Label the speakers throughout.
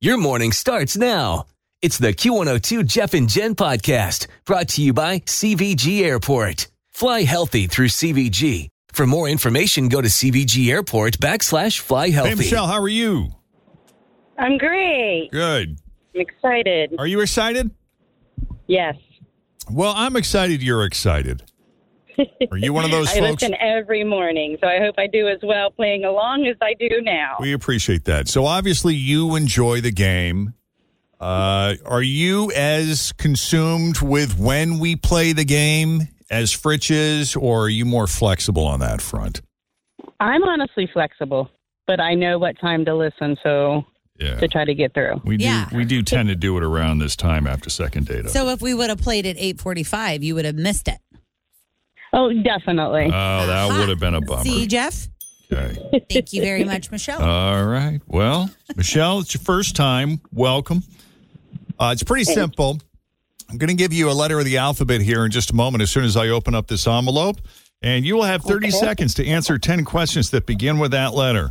Speaker 1: Your morning starts now. It's the Q102 Jeff and Jen podcast brought to you by CVG Airport. Fly healthy through CVG. For more information, go to CVG Airport backslash fly
Speaker 2: Hey,
Speaker 1: healthy.
Speaker 2: Michelle, how are you?
Speaker 3: I'm great.
Speaker 2: Good.
Speaker 3: I'm excited.
Speaker 2: Are you excited?
Speaker 3: Yes.
Speaker 2: Well, I'm excited you're excited. Are you one of those
Speaker 3: I
Speaker 2: folks?
Speaker 3: listen every morning, so I hope I do as well playing along as I do now.
Speaker 2: We appreciate that. So obviously you enjoy the game. Uh, are you as consumed with when we play the game as Fritch is, or are you more flexible on that front?
Speaker 3: I'm honestly flexible, but I know what time to listen, so
Speaker 2: Yeah.
Speaker 3: to try to get through.
Speaker 2: We
Speaker 4: do- Yeah.
Speaker 2: we do tend to do it around this time after second data.
Speaker 4: So if we would have played at 8:45, you would have missed it.
Speaker 3: Oh, definitely.
Speaker 2: oh, that
Speaker 4: Aha.
Speaker 2: would have been a bummer.
Speaker 4: uh,
Speaker 2: Uh,
Speaker 4: See, Jeff?
Speaker 2: Okay.
Speaker 4: Thank you very much, Michelle.
Speaker 2: All right. Well, Michelle, it's your first time. Welcome. Uh, it's pretty simple. I'm going to give you a letter of the alphabet here in just a moment as soon as I open up this envelope. And you will have 30 seconds to answer 10 questions that begin with that letter.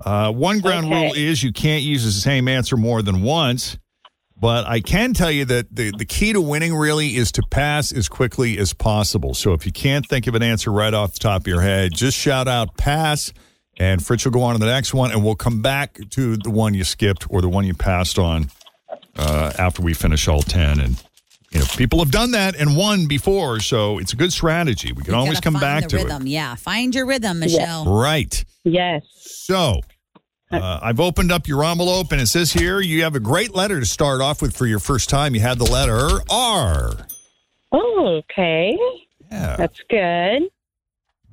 Speaker 2: Uh, one ground
Speaker 3: Okay.
Speaker 2: rule is you can't use the same answer more than once. But I can tell you that the, the key to winning really is to pass as quickly as possible. So if you can't think of an answer right off the top of your head, just shout out pass, and Fritz will go on to the next one, and we'll come back to the one you skipped or the one you passed on uh, after we finish all 10. And, you know, people have done that and won before, so it's a good strategy. We can
Speaker 4: You
Speaker 2: always
Speaker 4: gotta
Speaker 2: come
Speaker 4: find
Speaker 2: back
Speaker 4: the
Speaker 2: to
Speaker 4: rhythm. Yeah, find your rhythm, Michelle.
Speaker 2: it. Right.
Speaker 3: Yes.
Speaker 2: So uh, I've opened up your envelope, and it says here you have a great letter to start off with for your first time. You had the letter R.
Speaker 3: Oh, okay.
Speaker 2: uh, Yeah.
Speaker 3: That's good.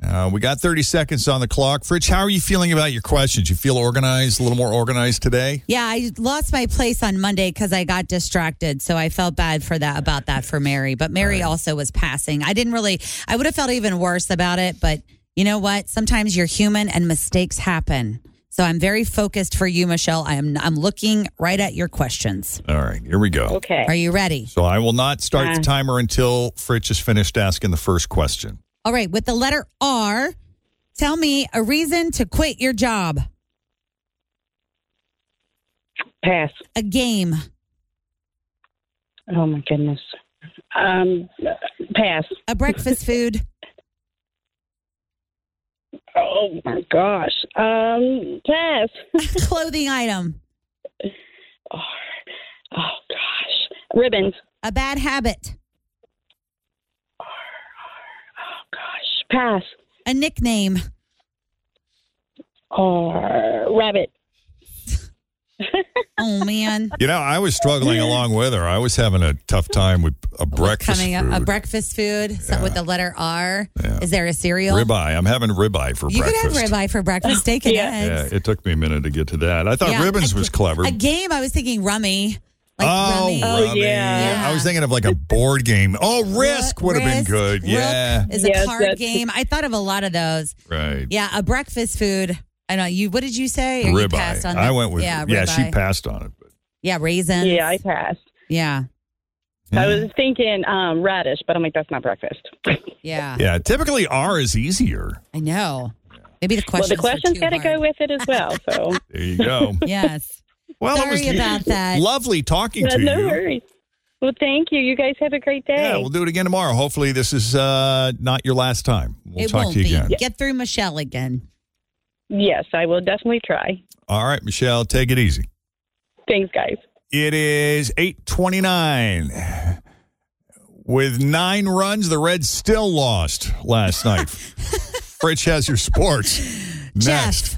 Speaker 2: Uh, we got 30 seconds on the clock. Fritch, how are you feeling about your questions? You feel organized, a little more organized today?
Speaker 4: Yeah, I lost my place on Monday because I got distracted. So I felt bad for that about that for Mary. But Mary also was passing. I didn't really I would have felt even worse about it, but you know what? Sometimes you're human and mistakes happen. So I'm very focused for you, Michelle. I am I'm looking right at your questions.
Speaker 2: All right, here we go.
Speaker 3: Okay.
Speaker 4: Are you ready?
Speaker 2: So oh, I will not start the
Speaker 3: Uh.
Speaker 2: timer until Fritch is finished asking the first question.
Speaker 4: All right, with the letter R, tell me a reason to quit your job.
Speaker 3: Pass.
Speaker 4: A game,
Speaker 3: Oh, my goodness. Um, pass.
Speaker 4: a breakfast food,
Speaker 3: Oh, my gosh. Um, pass.
Speaker 4: clothing item,
Speaker 3: Oh, oh gosh. Ribbons.
Speaker 4: a bad habit,
Speaker 3: Oh, gosh. Pass.
Speaker 4: a nickname,
Speaker 3: or rabbit.
Speaker 4: Oh man,
Speaker 2: You know, I was struggling along with her. I was having a tough time with a breakfast
Speaker 4: coming
Speaker 2: food.
Speaker 4: up a breakfast food so with the letter R. Is there a cereal?
Speaker 2: ribeye. I'm having ribeye for
Speaker 4: You could
Speaker 2: breakfast.
Speaker 4: have ribeye for breakfast, steak and
Speaker 3: Yeah.
Speaker 2: Yeah,
Speaker 4: eggs.
Speaker 2: it took me a minute to get to that. I thought
Speaker 4: Yeah.
Speaker 2: ribbons
Speaker 4: A-
Speaker 2: was clever.
Speaker 4: A game. I was thinking rummy. Like
Speaker 2: oh,
Speaker 4: rummy.
Speaker 3: Oh,
Speaker 2: rummy.
Speaker 3: yeah.
Speaker 2: I was thinking of like a board game. Oh, risk would have been
Speaker 4: Risk,
Speaker 2: good.
Speaker 4: Rook
Speaker 2: Yeah.
Speaker 4: is
Speaker 3: Yes,
Speaker 4: a card
Speaker 3: that's-
Speaker 4: game. I thought of a lot of those.
Speaker 2: Right.
Speaker 4: Yeah, a breakfast food. I know you. What did you say? Or you
Speaker 2: Ribeye.
Speaker 4: passed on
Speaker 2: I
Speaker 4: that?
Speaker 2: went with
Speaker 4: yeah.
Speaker 2: yeah, she
Speaker 4: ribeye.
Speaker 2: passed on it. But,
Speaker 4: yeah, raisins.
Speaker 3: Yeah, I passed.
Speaker 4: yeah,
Speaker 3: I was thinking um, radish, but I'm like, that's not breakfast.
Speaker 4: yeah.
Speaker 2: yeah, typically R is easier.
Speaker 4: I know. Maybe the
Speaker 3: well,
Speaker 4: questions.
Speaker 3: the
Speaker 4: were
Speaker 3: question's
Speaker 4: too
Speaker 3: got to
Speaker 4: hard.
Speaker 3: go with it as well. So,
Speaker 2: There you go.
Speaker 4: Yes.
Speaker 2: Well, it
Speaker 4: Sorry
Speaker 2: was
Speaker 4: about that.
Speaker 2: Lovely talking
Speaker 3: But
Speaker 2: to
Speaker 3: no
Speaker 2: you.
Speaker 3: worries. Well, thank you. You guys have a great day.
Speaker 2: Yeah, we'll do it again tomorrow. Hopefully, this is uh, not your last time. We'll
Speaker 4: it
Speaker 2: talk
Speaker 4: won't
Speaker 2: to you
Speaker 4: be.
Speaker 2: again.
Speaker 4: Get through Michelle again.
Speaker 3: yes, I will definitely try.
Speaker 2: All right, Michelle, take it easy.
Speaker 3: Thanks, guys.
Speaker 2: It is 829. With nine runs, the Reds still lost last night. Fritch has your sports. Next.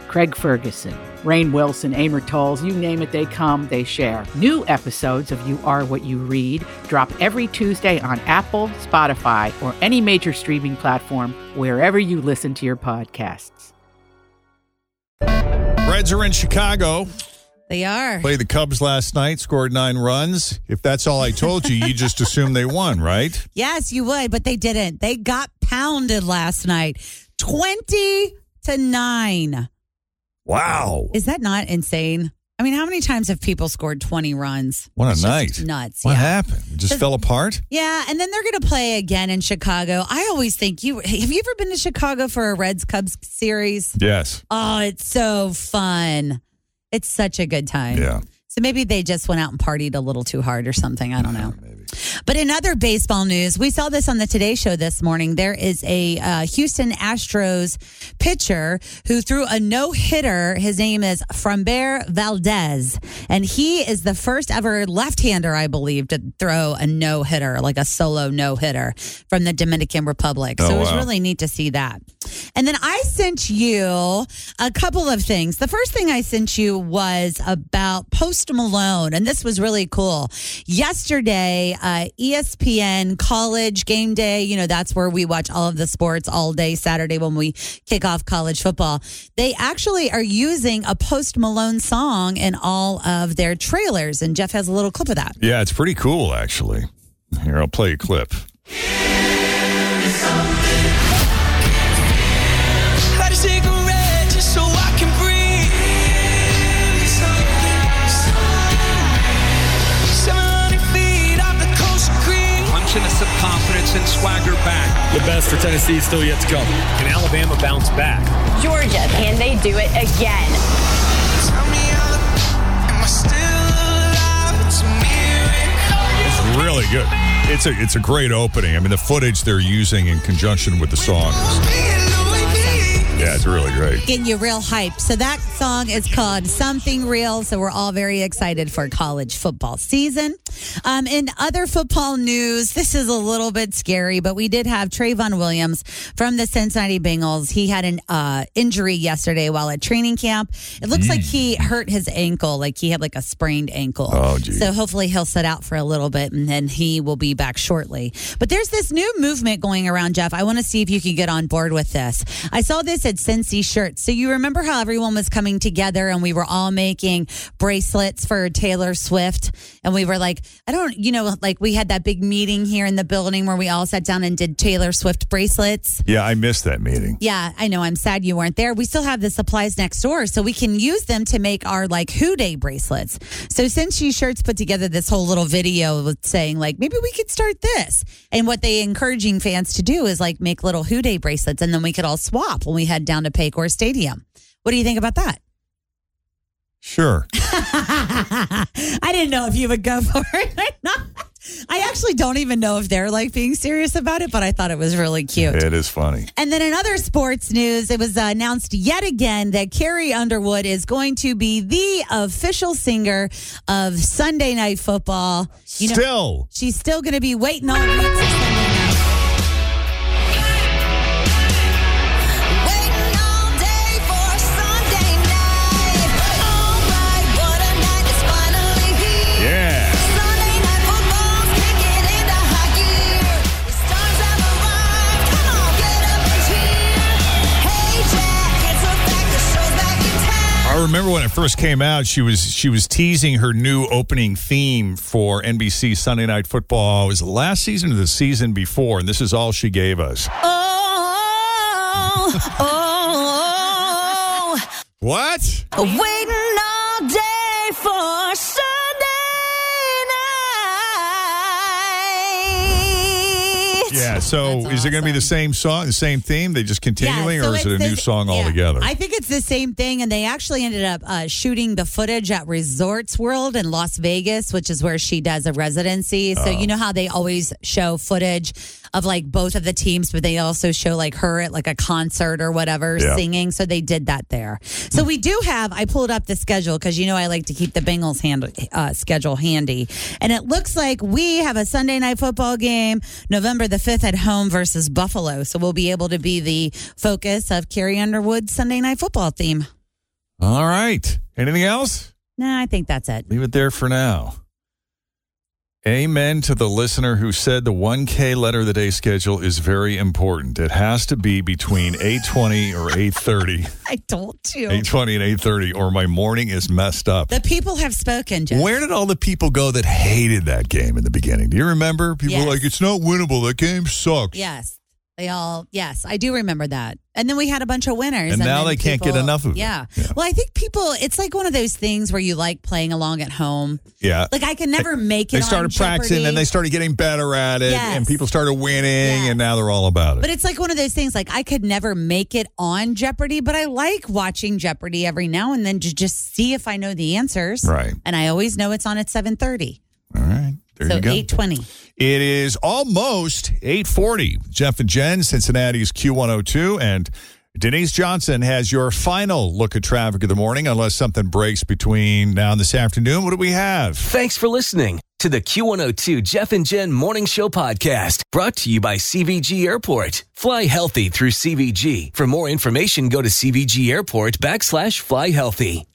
Speaker 5: Craig Ferguson, Rain Wilson, Amor Tolls, you name it, they come, they share. New episodes of You Are What You Read drop every Tuesday on Apple, Spotify, or any major streaming platform wherever you listen to your podcasts.
Speaker 2: Reds are in Chicago.
Speaker 4: They are.
Speaker 2: Played the Cubs last night, scored nine runs. If that's all I told you, you just assume they won, right?
Speaker 4: Yes, you would, but they didn't. They got pounded last night 20 to 9.
Speaker 2: Wow.
Speaker 4: Is that not insane? I mean, how many times have people scored 20 runs?
Speaker 2: What a
Speaker 4: It's just
Speaker 2: night.
Speaker 4: Nuts.
Speaker 2: What
Speaker 4: yeah.
Speaker 2: happened? It just fell apart?
Speaker 4: Yeah, and then they're going to play again in Chicago. I always think you have you ever been to Chicago for a Reds Cubs series?
Speaker 2: Yes.
Speaker 4: Oh, it's so fun. It's such a good time.
Speaker 2: Yeah.
Speaker 4: So maybe they just went out and partied a little too hard or something. I don't know. But in other baseball news, we saw this on the Today Show this morning. There is a uh, Houston Astros pitcher who threw a no hitter. His name is Framber Valdez, and he is the first ever left hander, I believe, to throw a no hitter, like a solo no hitter from the Dominican Republic. so
Speaker 2: Oh,
Speaker 4: it was
Speaker 2: wow.
Speaker 4: really neat to see that. And then I sent you a couple of things. The first thing I sent you was about Post Malone, and this was really cool. Yesterday, uh, ESPN College Game Day, you know, that's where we watch all of the sports all day Saturday when we kick off college football. They actually are using a Post Malone song in all of their trailers, and Jeff has a little clip of that.
Speaker 2: Yeah, it's pretty cool, actually. Here, I'll play a clip.
Speaker 6: Light a cigarette just so I can breathe. Seven hundred feet off the coast of Greece.
Speaker 7: punching us some confidence and swagger back.
Speaker 8: The best for Tennessee is still yet to come. Can Alabama bounce back?
Speaker 9: Georgia. Can they do it again?
Speaker 6: Tell me I look, am I still alive? It's a miracle.
Speaker 2: It's really good. It's a it's a great opening. I mean, the footage they're using in conjunction with the song. is-
Speaker 6: Being Louis V.
Speaker 2: Yeah, it's really great.
Speaker 4: Getting you real hype. So that song is called Something Real. So we're all very excited for college football season. Um, in other football news, this is a little bit scary, but we did have Trayvon Williams from the Cincinnati Bengals. He had an uh, injury yesterday while at training camp. It looks like
Speaker 2: Mm.
Speaker 4: he hurt his ankle, like he had like a sprained ankle.
Speaker 2: Oh, geez.
Speaker 4: So hopefully he'll sit out for a little bit and then he will be back shortly. But there's this new movement going around, Jeff. I want to see if you can get on board with this. I saw this at Cincy Shirts. So you remember how everyone was coming together and we were all making bracelets for Taylor Swift. And we were like, I don't, you know, like we had that big meeting here in the building where we all sat down and did Taylor Swift bracelets.
Speaker 2: Yeah, I missed that meeting.
Speaker 4: Yeah, I know. I'm sad you weren't there. We still have the supplies next door, so we can use them to make our like Who Day bracelets. So since she shirts put together this whole little video with saying like maybe we could start this, and what they encouraging fans to do is like make little Who Day bracelets, and then we could all swap when we head down to Paycor Stadium. What do you think about that?
Speaker 2: Sure.
Speaker 4: I didn't know if you would go for it or not. I actually don't even know if they're like being serious about it, but I thought it was really cute.
Speaker 2: It is funny.
Speaker 4: And then in other sports news, it was announced yet again that Carrie Underwood is going to be the official singer of Sunday Night Football. You know,
Speaker 2: Still.
Speaker 4: she's still going to be waiting all week for Sunday night.
Speaker 6: Waiting all day for Sunday night. All right, what a night is finally here.
Speaker 2: Yeah.
Speaker 6: Sunday night football's kicking into high gear. The stars have arrived. Come on, get up and cheer. Hey Jack, it's a fact the show's back in town.
Speaker 2: I remember when it first came out, she was she was teasing her new opening theme for NBC Sunday Night Football. It was the last season of the season before, and this is all she gave us.
Speaker 6: Oh, oh, oh,
Speaker 2: What?
Speaker 6: Waiting all day for Sunday night.
Speaker 2: Yeah. So is it going to be the same song, the same theme? They just continuing,
Speaker 4: so
Speaker 2: or is it a
Speaker 4: it's
Speaker 2: new
Speaker 4: this-
Speaker 2: song
Speaker 4: yeah,
Speaker 2: altogether?
Speaker 4: I think it's the same thing, and they actually ended up uh, shooting the footage at Resorts World in Las Vegas, which is where she does a residency.
Speaker 2: Oh.
Speaker 4: So you know how they always show footage of like both of the teams, but they also show like her at like a concert or whatever
Speaker 10: Yeah.
Speaker 4: singing. So they did that there. So we do have. I pulled up the schedule because you know I like to keep the Bengals hand, uh, schedule handy, and it looks like we have a Sunday night football game November the fifth at home versus Buffalo. So we'll be able to be the focus of Carrie Underwood's Sunday night football theme.
Speaker 2: All right. Anything else?
Speaker 4: No, I think that's it.
Speaker 2: Leave it there for now. Amen to the listener who said the 1K letter of the day schedule is very important. It has to be between 8:20 or 8:30,
Speaker 4: I told you.
Speaker 2: 8:20 and 8:30, or my morning is messed up.
Speaker 4: The people have spoken, Jeff.
Speaker 2: Where did all the people go that hated that game in the beginning? Do you remember? People
Speaker 4: Yes.
Speaker 2: were like, it's not winnable. That game sucks.
Speaker 4: Yes. They all, yes, I do remember that. And then we had a bunch of winners.
Speaker 2: And now
Speaker 4: then
Speaker 2: they can't get
Speaker 4: people-
Speaker 2: enough of it.
Speaker 4: yeah. Well, I think people, it's like one of those things where you like playing along at home.
Speaker 2: Yeah.
Speaker 4: Like I can never make it.
Speaker 2: They
Speaker 4: on
Speaker 2: started practicing
Speaker 4: Jeopardy.
Speaker 2: and they started getting better at it,
Speaker 4: Yes.
Speaker 2: and people started winning, and now they're all about it.
Speaker 4: But it's like one of those things. Like I could never make it on Jeopardy, but I like watching Jeopardy every now and then to just see if I know the answers.
Speaker 2: Right.
Speaker 4: And I always know it's on at seven thirty.
Speaker 2: All right. There
Speaker 4: so
Speaker 2: you go.
Speaker 4: eight twenty.
Speaker 2: It is almost 840. Jeff and Jen, Cincinnati's Q102. And Denise Johnson has your final look at traffic of the morning, unless something breaks between now and this afternoon. What do we have?
Speaker 1: Thanks for listening to the Q102 Jeff and Jen Morning Show podcast brought to you by CVG Airport. Fly healthy through CVG. For more information, go to CVG Airport backslash fly healthy.